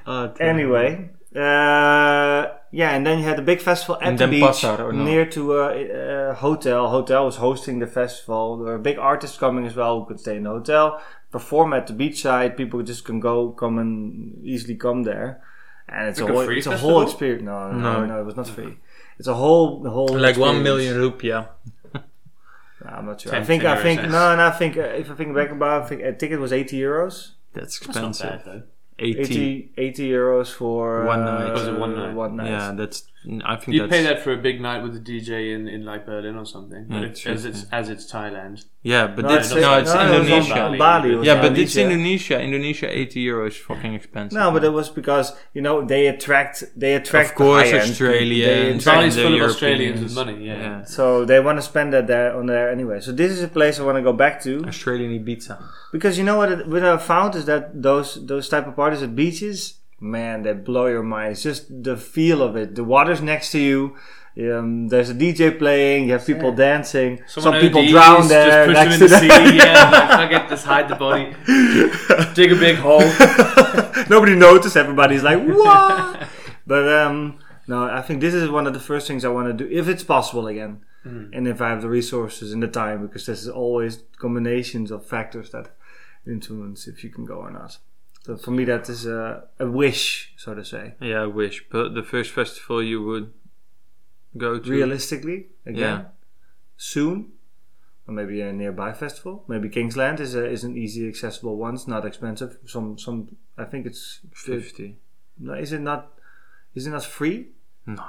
Uh, Anyway, uh, yeah, and then you had a big festival at In the Den beach Pasar, or no? near to a, a hotel. Hotel was hosting the festival. There were big artists coming as well who could stay in the hotel, perform at the beachside. People just can go, come and easily come there. And it's Like a a whole, free it's a whole festival? experience. No, no, no, No. no, it was not free. It's a whole, whole like one experience. million rupiah. No, I'm not sure. I Ten- think, ten I euro think, cents. no, no, I think uh, if I think back about, it, I think a ticket was 80 euros. That's That's not bad, expensive. though. 80. 80, 80 euros for One uh, night. Was it one night? One night. Yeah, that's N- I think You'd that's pay that for a big night with a DJ in, in like Berlin or something, Yeah, but Mm, it's, true, as it's as it's Thailand. yeah, but No, that's, it's- no, it's no, it was on Indonesia. Bali. uh, Bali it was Yeah, but Bali, it's Indonesia. Indonesia, eighty euro is fucking expensive. No, but it was because you know they attract they attract of course, the high-end. They Australians. attract- Bali's and the full of Europeans. Australians with money, yeah. so they want to spend that there on there anyway. So this is a place I want to go back to Australian Ibiza. because you know what it, what I found is that those those type of parties at beaches, man, they blow your mind. It's just the feel of it. The water's next to you. Um, there's a DJ playing. You have people dancing. Some people ODs, drown there Just push next them in to the them. sea. yeah, like, fuck it, just hide the body. Dig a big hole. Nobody noticed. Everybody's like, "What?" but um, no, I think this is one of the first things I want to do if it's possible again, Mm. and if I have the resources and the time, because this is always combinations of factors that influence if you can go or not. So for me, that is a, a wish, so to say. Yeah, I wish. But the first festival you would go to. Realistically, again, Yeah. soon. Or maybe a nearby festival. Maybe Kingsland is a, is an easy accessible one. It's not expensive. Some some I think it's Fifty. no, is it not is it not free? No.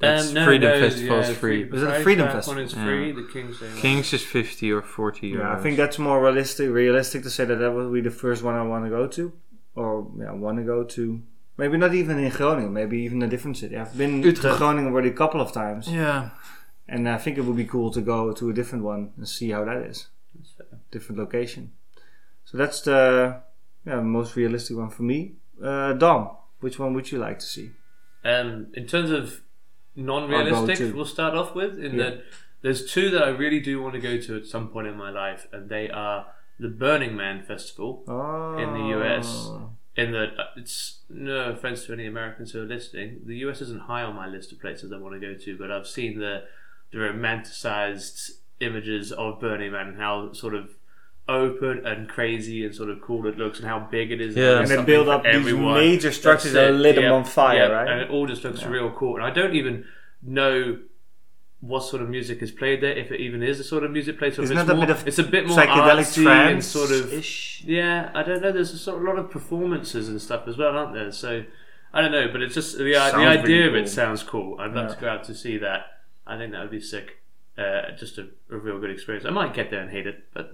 That's Um, no, Freedom no, Festival is yeah, free. Fre- Was it a Friday Freedom Park Festival? One is Yeah. free. The King's Day. one. Kings is fifty or forty euros. Yeah, I think that's more realistic. Realistic to say that that would be the first one I want to go to, or yeah, want to go to. Maybe not even in Groningen. Maybe even a different city. I've been to Groningen already a couple of times, Yeah. and I think it would be cool to go to a different one and see how that is. Different location. So that's the yeah, most realistic one for me. Uh, Dom, which one would you like to see? Um, in terms of I'll go non-realistic, too. we'll start off with in Yeah. that there's two that I really do want to go to at some point in my life, and they are the Burning Man Festival. Oh, US. In that uh, it's no offense to any Americans who are listening, the US isn't high on my list of places I want to go to, but I've seen the the romanticized images of Burning Man and how sort of open and crazy and sort of cool it looks and how big it is Yeah. there's And they something build for up these everyone. major structures That's that it, lit them yeah, on fire, yeah, right? And it all just looks real cool. And I don't even know what sort of music is played there, if it even is a sort of music played. Or if Isn't it's, that a more, bit of it's a bit more psychedelic artsy and trance sort of ish. yeah. I don't know. There's a sort of lot of performances and stuff as well, aren't there? So I don't know, but it's just the, i- Sounds the really idea of cool. it sounds cool. I'd love Yeah. to go out to see that. I think that would be sick. Uh, just a, a real good experience. I might get there and hate it, but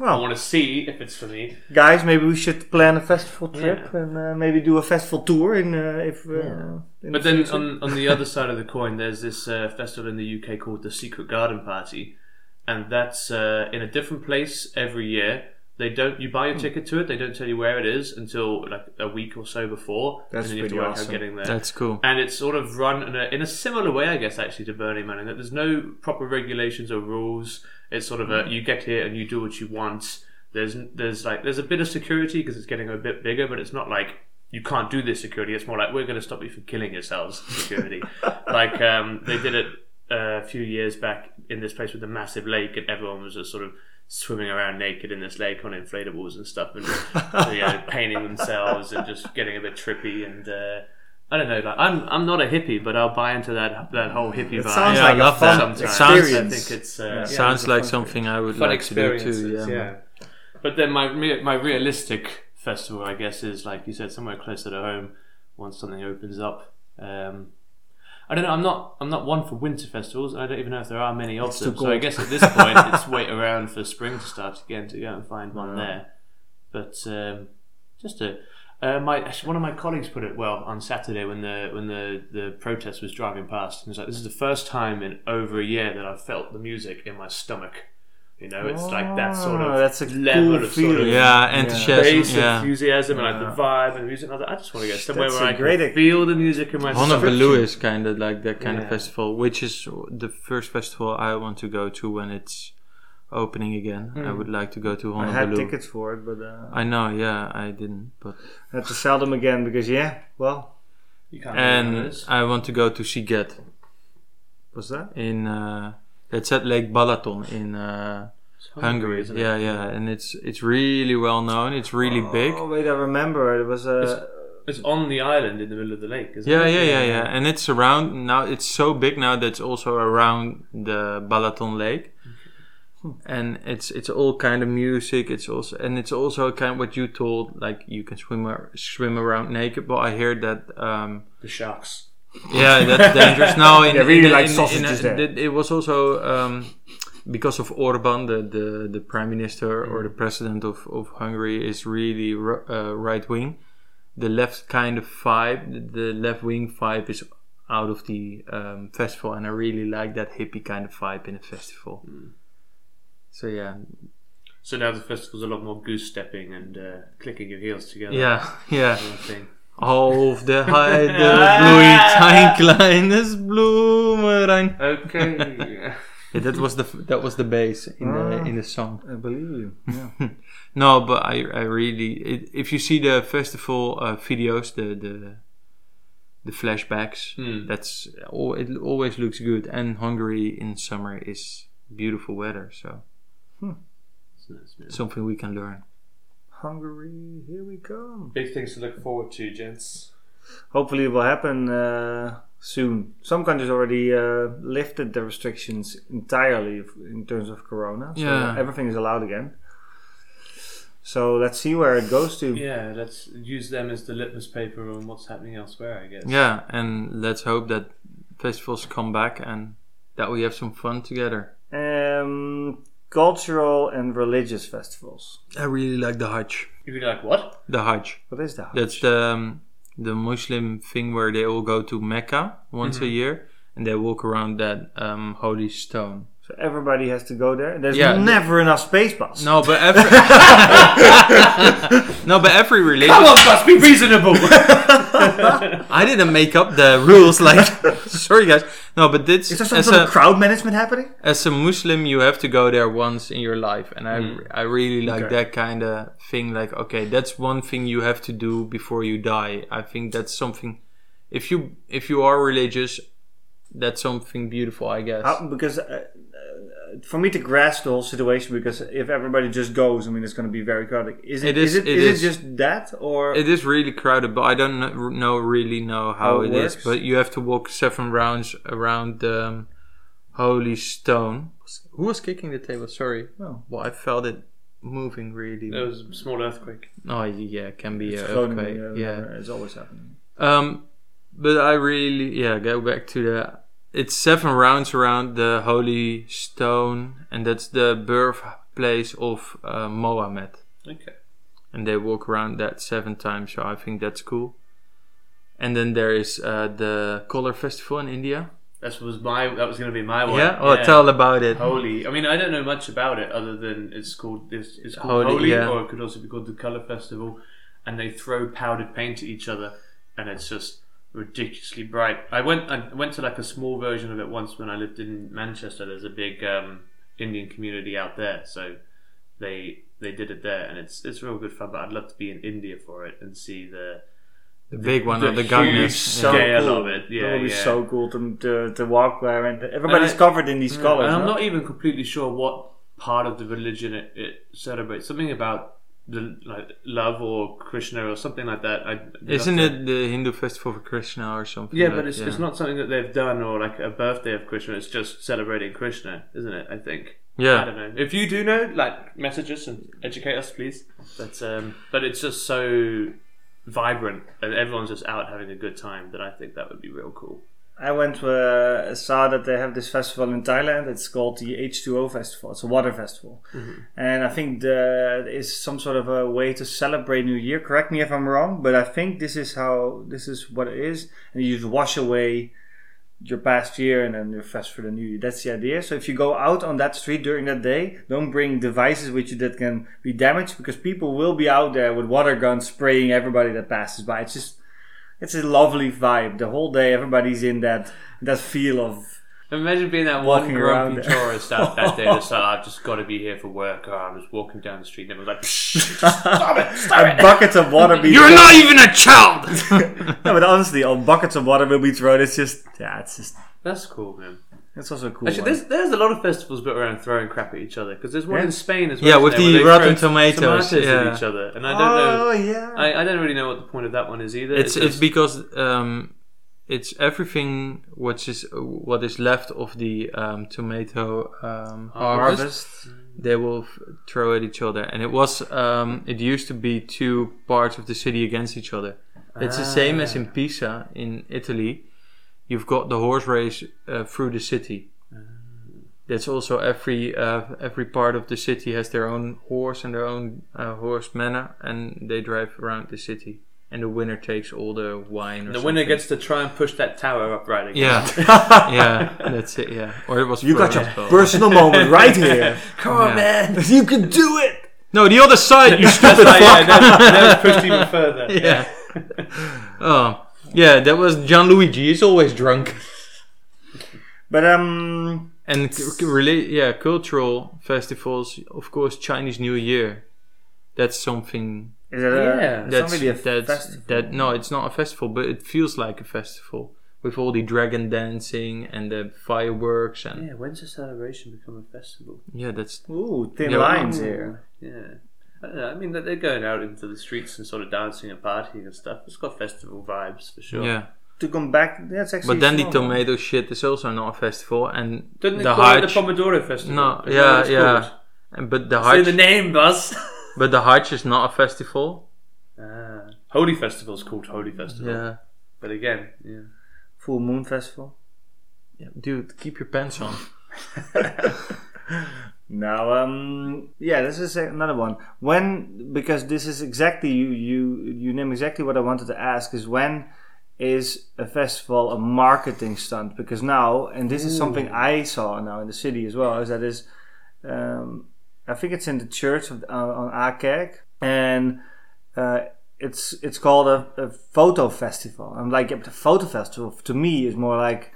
I Well, want to see if it's for me. guys, maybe we should plan a festival trip Yeah. and uh, maybe do a festival tour. In uh, if, uh, in But the then future. on, on the other side of the coin, there's this uh, festival in the UK called the Secret Garden Party, and that's uh, in a different place every year. They don't. You buy Hmm. your ticket to it. They don't tell you where it is until like a week or so before, That's and then you have to pretty work awesome. out getting there. That's cool. and it's sort of run in a, in a similar way, I guess, actually, to Burning Man, in that there's no proper regulations or rules. It's sort of a you get here and you do what you want. There's there's like there's a bit of security because it's getting a bit bigger, but it's not like you can't do this security. It's more like we're going to stop you from killing yourselves security. like um, they did it uh, a few years back in this place with a massive lake, and everyone was just sort of swimming around naked in this lake on inflatables and stuff, and you know, painting themselves and just getting a bit trippy and. Uh, I don't know. Like, I'm I'm not a hippie, but I'll buy into that that whole hippie vibe. sounds Yeah, like I a love fun that. Sometimes. It sounds- I think it's uh, yeah, Sounds a like fun something I would fun like to do experiences. too. Yeah. yeah. But then my re- my realistic festival, I guess, is like you said, somewhere closer to home. Once something opens up, um, I don't know. I'm not I'm not one for winter festivals. I don't even know if there are many of It's them. too So I cold. guess at this point, it's wait around for spring to start again to go and find one there. But um, just a uh, my actually, one of my colleagues put it well on Saturday when the when the, the protest was driving past, and was like, "This is the first time in over a year that I've felt the music in my stomach." You know, it's like that sort Oh, of that's a level cool of sort of feeling. Yeah, Yeah. enthusiasm. bass Yeah. enthusiasm and like the vibe and the music. I was like, I just want to go somewhere That's where a I can great- feel the music in my stomach. Honolulu is kind of like that kind of Yeah. festival, which is the first festival I want to go to when it's opening again. Hmm. I would like to go to I had Honolulu. tickets for it, but uh, I know, yeah, I didn't, but I had to sell them again because yeah, well, You can't remember and this. I want to go to Siget what's that? in uh, that's at Lake Balaton in uh, It's Hungary. Oh, isn't it? yeah, yeah, and it's it's really well known. It's really big. Oh wait, I remember. It was uh, It's on the island in the middle of the lake, isn't Yeah, it? yeah, yeah, yeah. And it's around now. It's so big now that it's also around the Balaton Lake, and it's it's all kind of music. It's also and it's also kind of what you told, like you can swim ar- swim around naked. But I hear that um, The sharks. yeah, that's dangerous. No, in, Yeah, really in- in- like in- sausages in- there. it- it was also um, because of Orban, the, the, the prime minister Mm-hmm. or the president of, of Hungary is really r- uh, right wing. The left kind of vibe, the left wing vibe is out of the um, festival, and I really like that hippie kind of vibe in a festival. Mm. So yeah, So now the festival's a lot more goose stepping and uh, clicking your heels together. yeah, yeah. Sort of thing. Auf der Heide bloeit ein kleines Blumenrein. Okay. Yeah, that was the that was the bass in the in the song. Hmm. I believe you. Yeah. No, but I I really it, if you see the festival uh, videos, the the the flashbacks, Hmm. that's al- it always looks good. And Hungary in summer is beautiful weather, so It's nice, yeah. something we can learn. Hungary, here we come. Big things to look forward to, gents. Hopefully, it will happen uh, soon. Some countries already uh, lifted the restrictions entirely f- in terms of corona. So Yeah. everything is allowed again. So let's see where it goes to. Yeah, let's use them as the litmus paper on what's happening elsewhere, I guess. Yeah, and let's hope that festivals come back and that we have some fun together. Um, cultural and religious festivals. I really like the Hajj. You'd be like, what? The Hajj. What is that? That's the um, the Muslim thing where they all go to Mecca once a year and they walk around that um, holy stone. So everybody has to go there. There's Yeah, never enough space bus. No, but every no, but every Come religion. on, Gus, be reasonable! I didn't make up the rules. Like, sorry guys. No, but this Is there some as sort a of crowd management happening? as a Muslim, you have to go there once in your life, and I I really like Mm. Okay. that kind of thing. Like, okay, that's one thing you have to do before you die. I think that's something. If you if you are religious, that's something beautiful, I guess. How, because uh, uh, for me to grasp the whole situation, because if everybody just goes, I mean, it's going to be very crowded. Is it, It is, is- it, it is is. it just that, or It is really crowded, but I don't kno- know really know how How it it is. works? But you have to walk seven rounds around the um, holy stone. Who was kicking the table? Sorry. No. Well, I felt it moving really. There was a small earthquake. Oh yeah, it can be it's a floating, earthquake. uh, yeah. it's always happening. Um, but I really, yeah, go back to the. It's seven rounds around the holy stone, and that's the birthplace of uh, Mohammed. Okay. And they walk around that seven times, so I think that's cool. And then there is uh, the color festival in India. That was my. That was going to be my one. Yeah, oh, tell about it. Holy. I mean, I don't know much about it other than it's called this. It's called Holy, Holy, yeah. or it could also be called the Color Festival, and they throw powdered paint at each other, and it's just ridiculously bright. I went. I went to like a small version of it once when I lived in Manchester. There's a big um, Indian community out there, so they they did it there, and it's it's real good fun. But I'd love to be in India for it and see the the big one of the huge Ganges. sun- Yeah. Yeah, I love it. Yeah, that would be yeah. so cool to, to, to walk there, and everybody's And I- covered in these Mm, colors. And I'm Uh-huh. no? not even completely sure what part of the religion it, it celebrates. Something about the like love or Krishna or something like that. I, Isn't it the Hindu festival for Krishna or something? Yeah, like- but it's, it's not something that they've done or like a birthday of Krishna. It's just celebrating Krishna, isn't it? I think. I Yeah, don't know. If you do know, like message us and educate us, please. But um, but it's just so vibrant and everyone's just out having a good time that I think that would be real cool. I went to, uh, saw that they have this festival in Thailand. It's called the H2O Festival. It's a water festival, and I think the is some sort of a way to celebrate New Year. Correct me if I'm wrong, but I think this is how this is what it is, and you just wash away your past year and then you're fast for the new year. That's the idea. So if you go out on that street during that day, don't bring devices with you that can be damaged because people will be out there with water guns spraying everybody that passes by. It's just it's a lovely vibe. The whole day everybody's in that that feel of Imagine being that one Walking grumpy around there. tourist out that day that's like, I've just got to be here for work, or I'm just walking down the street, and everyone's like, "Psh, stop it, a stop it. bucket of water be you're not even a child. No, but honestly, all buckets of water will be thrown. It's just yeah, it's just That's cool, man. it's also a cool. Actually, one. there's, there's a lot of festivals built around throwing crap at each other, because there's one Yeah. in Spain as well. Yeah, isn't with there, the where they rotten throw tomatoes, yeah. at each other, and I don't oh know. yeah. I, I don't really know what the point of that one is either. it's it's just- because um, it's everything what is what is left of the um, tomato um, Oh, harvest. They will f- throw at each other, and it was um, it used to be Ah. two parts of the city against each other. It's the same as in Pisa in Italy. you've got the horse race uh, through the city. That's also every uh, every part of the city has their own horse and their own uh, horse manor, and they drive around the city. And the winner takes all the wine. Or The winner something. gets to try and push that tower up right again. Yeah, yeah, that's it. Yeah, or it was You got your Florence Bowl. personal moment right here. Come on, Yeah. man. you can do it. No, the other side, you That's stupid why, yeah, fuck. that, that was pushed even further. Yeah. oh, yeah. That was Gianluigi. He's always drunk. But um, And c- c- rela- yeah, cultural festivals, of course, Chinese New Year. That's something is it a, Yeah, it's that's not really a that's festival. that no, it's not a festival, but it feels like a festival with all the dragon dancing and the fireworks and Yeah, when's the celebration become a festival? yeah, that's Ooh, thin Yeah, lines Ooh, here. Yeah. I, don't know, I mean, they're going out into the streets and sort of dancing and partying and stuff. It's got festival vibes for sure. yeah. To come back, that's actually. But then the small. tomato shit is also not a festival, and Doesn't it the call it the Hajj. Pomodoro Festival? No, Is that what yeah, it's yeah. called? And, but the Say Hajj, the name, Buzz. but the Hajj is not a festival. ah, Holy Festival is called Holy Festival. Yeah. But again, yeah. full moon festival. yeah, dude, keep your pants on. Now, um, yeah, this is another one. When because this is exactly you you you name exactly what I wanted to ask is when is a festival a marketing stunt? Because now, and this is something I saw now in the city as well, is that is, um, I think it's in the church of, on on Akek, and uh, it's it's called a, a photo festival. I'm like, yeah, but the photo festival to me is more like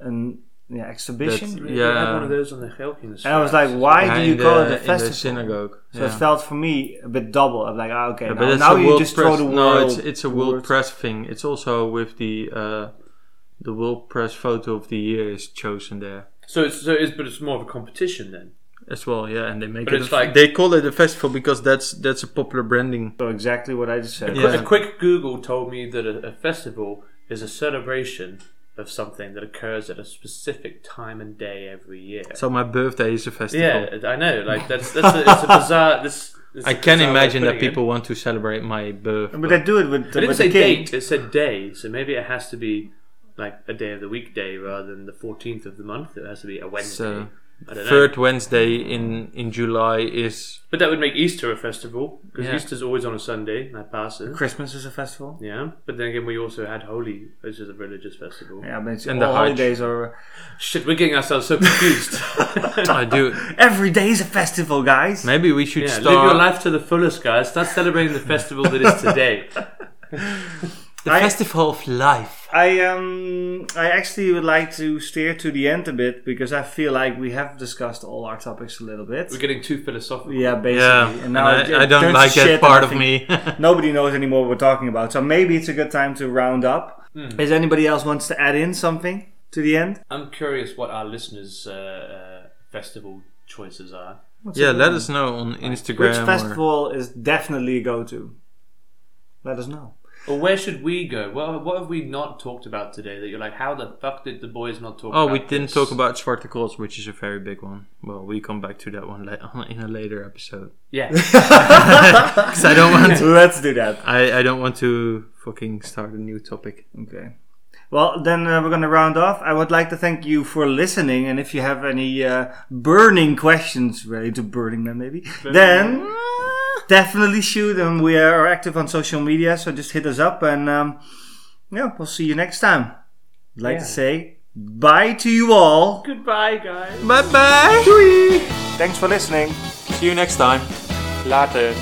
an yeah exhibition. That's- They had Yeah. one of those on the Helkin. And I was like, why do you in call the- it a In the festival? synagogue. so yeah. it felt for me a bit double. I'm like, ah, okay, Yeah, now, now you just throw press. the world. no, it's it's a the world words. press thing. It's also with the uh, the world press photo of the year is chosen there So it's so it's but it's more of a competition then. as well. Yeah, and they make But it. a it's f- like- they call it a festival because that's that's a popular branding. So exactly what I just said. Yeah. A quick Google told me that a, a festival is a celebration of something that occurs at a specific time and day every year. So my birthday is a festival. yeah, I know. Like that's that's a, it's a bizarre. This, this I is can a bizarre way of imagine that putting it. people want to celebrate my birth. But they do it with, I didn't with say the king. date. It said day. So maybe it has to be like a day of the weekday rather than the fourteenth of the month. It has to be a Wednesday. So, I don't know. Third Wednesday in in July is But that would make Easter a festival because Yeah. Easter's always on a Sunday, and I pass it. Christmas is a festival. Yeah, but then again, we also had Holy, which is a religious festival. Yeah, but it's And all the Hajj. holidays are. Shit, we're getting ourselves so confused. I do. Every day is a festival, guys. Maybe we should yeah, start. live your life to the fullest, guys. Start celebrating the festival that is today. The I- festival of life. I um I actually would like to steer to the end a bit because I feel like we have discussed all our topics a little bit. We're getting too philosophical. Yeah, basically. Yeah, And now and it- I, I it turns don't to like shit that and part I of think- me. nobody knows anymore what we're talking about. So maybe it's a good time to round up. Is anybody else wants to add in something to the end? I'm curious what our listeners' uh, uh, festival choices are. yeah, let us know on Instagram. Which or- festival is definitely a go to? Let us know. Or where should we go? Well, what have we not talked about today that you're like, how the fuck did the boys not talk Oh, about we didn't this? talk about Zwarte Cross, which is a very big one. Well, we come back to that one la- in a later episode. Yeah. 'Cause I don't want. Let's do that. I, I don't want to fucking start a new topic. Okay. Well, then uh, we're going to round off. I would like to thank you for listening. And if you have any uh, burning questions related to burning them, maybe, then definitely shoot them. We are active on social media, so just hit us up. And um, yeah, we'll see you next time. I'd like to say bye to you all. Goodbye, guys. Bye bye. Thanks for listening. See you next time. Later.